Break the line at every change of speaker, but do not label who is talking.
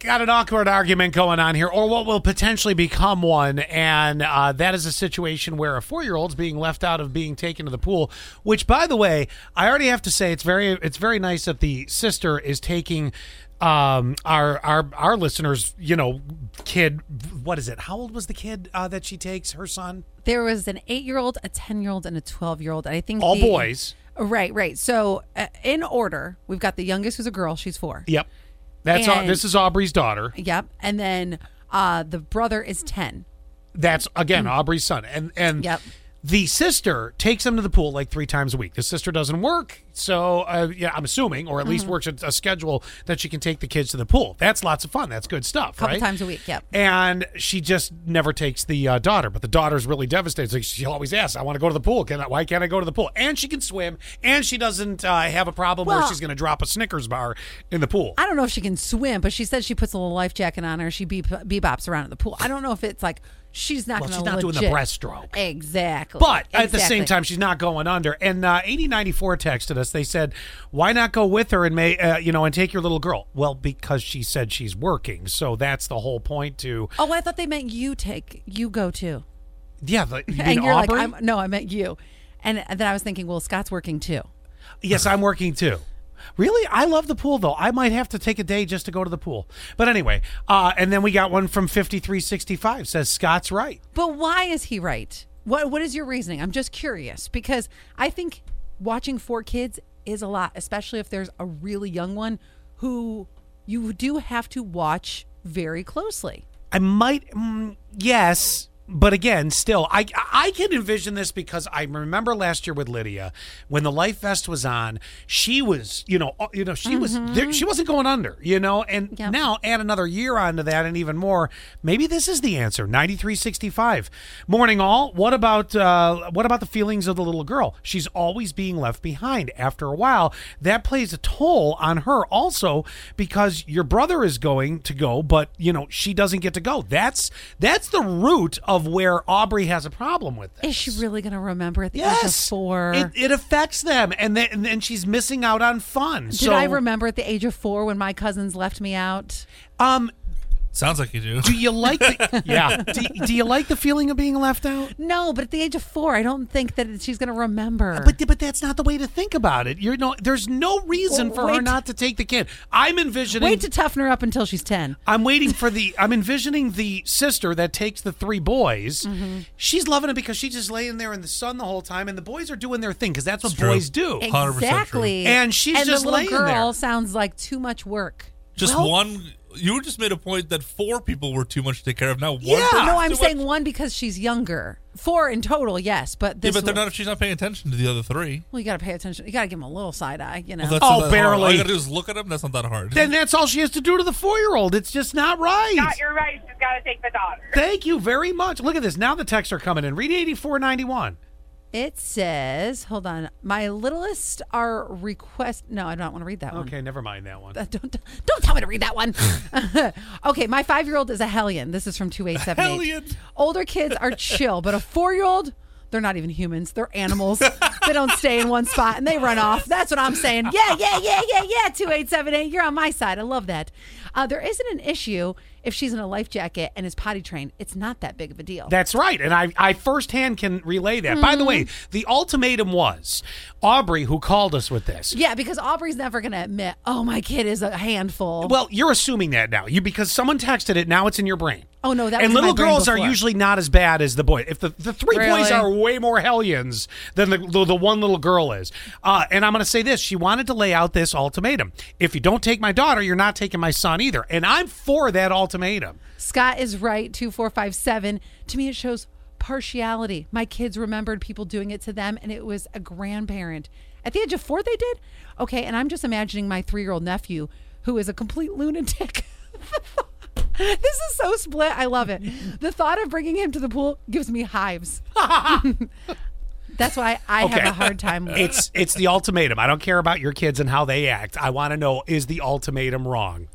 got an awkward argument going on here, or what will potentially become one, and uh, that is a situation where a four-year-old's being left out of being taken to the pool. Which, by the way, I already have to say it's very it's very nice that the sister is taking um our our our listeners you know kid what is it how old was the kid uh, that she takes her son
There was an eight year old, a 10 year old, and a 12 year old. And I think
all
the-
boys
Right, right. So uh, in order, we've got the youngest who's a girl. She's four.
yep that's Au-
And-
this is aubrey's daughter
Yep. And then uh, the brother is 10.
That's again Aubrey's son, and and
Mm. Yep.
the sister takes him to the pool like three times a week. The sister doesn't work, so uh, yeah, I'm assuming, or at least
Mm.
works a, a schedule that she can take the kids to the pool. That's lots of fun. That's good stuff,
Couple
right?
times a week, yep.
And she just never takes the uh, daughter, but the daughter's really devastated. Like, she always asks, "I want to go to the pool. Can I, why can't I go to the pool?" And she can swim, and she doesn't uh, have a problem where
Well-
she's going to drop a Snickers bar in the pool.
I don't know if she can swim, but she said she puts a little life jacket on her. She beep, bebops around at the pool. I don't know if it's like she's not
Well,
going
she's
to
not doing the
legit-
breaststroke.
Exactly.
But at the same
Exactly.
time, she's not going under. And uh, eighty ninety four texted us. They said, "Why not go with her and may uh, you know and take your little girl?" Well, because she said she's working, so that's the whole point. To
Oh, I thought they meant you take, you go too.
yeah, the, you mean
and you're
Aubrey?
like, I'm, no, I meant you. And then I was thinking, well, Scott's working too.
yes, I'm working too. Really, I love the pool though. I might have to take a day just to go to the pool. But anyway, uh, and then we got one from fifty three sixty five says Scott's right.
But why is he right? What What is your reasoning? I'm just curious because I think watching four kids is a lot, especially if there's a really young one who you do have to watch very closely.
I might, mm, yes, but again, still, I I can envision this because I remember last year with Lydia when the life vest was on. She was, you know, uh, you know, she was there, she wasn't going under, you know, and
Yep.
now add another year onto that and even more. Maybe this is the answer. Ninety three sixty five. Morning all. What about uh, what about the feelings of the little girl? She's always being left behind. After a while, that plays a toll on her also because your brother is going to go, but you know she doesn't get to go. That's that's the root of where Aubrey has a problem with this.
Is she really going to remember at the age of
Yes,
four?
It, it affects them, and then and then she's missing out on fun.
Did I remember at the age of four when my cousins left me out?
Um,
Sounds like you do.
do you like? The, yeah. Do, do you like the feeling of being left out?
No, but at the age of four, I don't think that she's going to remember.
But but that's not the way to think about it. You're no, there's no reason
Well,
for her
wait.
not to take the kid. I'm envisioning.
Wait to toughen her up until she's 10.
I'm waiting for the. I'm envisioning the sister that takes the three boys.
Mm-hmm.
She's loving it because she's just laying there in the sun the whole time, and the boys are doing their thing because that's what
It's true.
boys do.
Hey, 100% true.
Exactly.
And she's
and
just
the little
laying
girl
there.
sounds like too much work.
Just
Well-
one. You just made a point that four people were too much to take care of. Now one.
Yeah.
person's
Ah,
no,
too
I'm
much?
saying one because she's younger. Four in total, yes, but
Yeah,
this
but they're
one-
not. She's not paying attention to the other three.
Well, you got to pay attention. You got to give them a little side eye, you know.
Well, that's
Oh,
not that hard. All
barely.
you gotta do is look at them. That's not that hard.
Then that's all she has to do to the four year old. It's just not right.
Scott, you're right. She's got to take the daughter.
Thank you very much. Look at this. Now the texts are coming in. Read eighty four ninety one.
It says, hold on, my littlest are request. No, I don't want to read that one.
Okay, never mind that one.
Don't don't tell me to read that one. okay, my five year old is a hellion. This is from two eight seven
hellion.
eight. Older kids are chill, but a four year old, they're not even humans. They're animals. they don't stay in one spot and they run off. That's what I'm saying. Yeah, yeah, yeah, yeah, yeah. Two eight seven eight. You're on my side. I love that. Uh, there isn't an issue if she's in a life jacket and is potty trained. It's not that big of a deal.
That's right. And I, I firsthand can relay that. By the way,
Mm-hmm.
the ultimatum was Aubrey who called us with this.
yeah, because Aubrey's never gonna admit, oh, my kid is a handful.
Well, you're assuming that now. You because someone texted it, now it's in your brain.
Oh, no, that
And
was in my
little
brain
girls are
before.
usually not as bad as the boy. If the, the three boys
Really?
are way more hellions than the the, the one little girl is. Uh, and I'm going to say this, she wanted to lay out this ultimatum. If you don't take my daughter, you're not taking my son either. And I'm for that ultimatum.
Scott is right, 2457. To me, it shows partiality. My kids remembered people doing it to them, and it was a grandparent. At the age of four, they did? Okay, and I'm just imagining my three year old nephew, who is a complete lunatic. this is so split. I love it. The thought of bringing him to the pool gives me hives. That's why I have
Okay.
a hard time with it.
It's it's the ultimatum. I don't care about your kids and how they act. I want to know is the ultimatum wrong?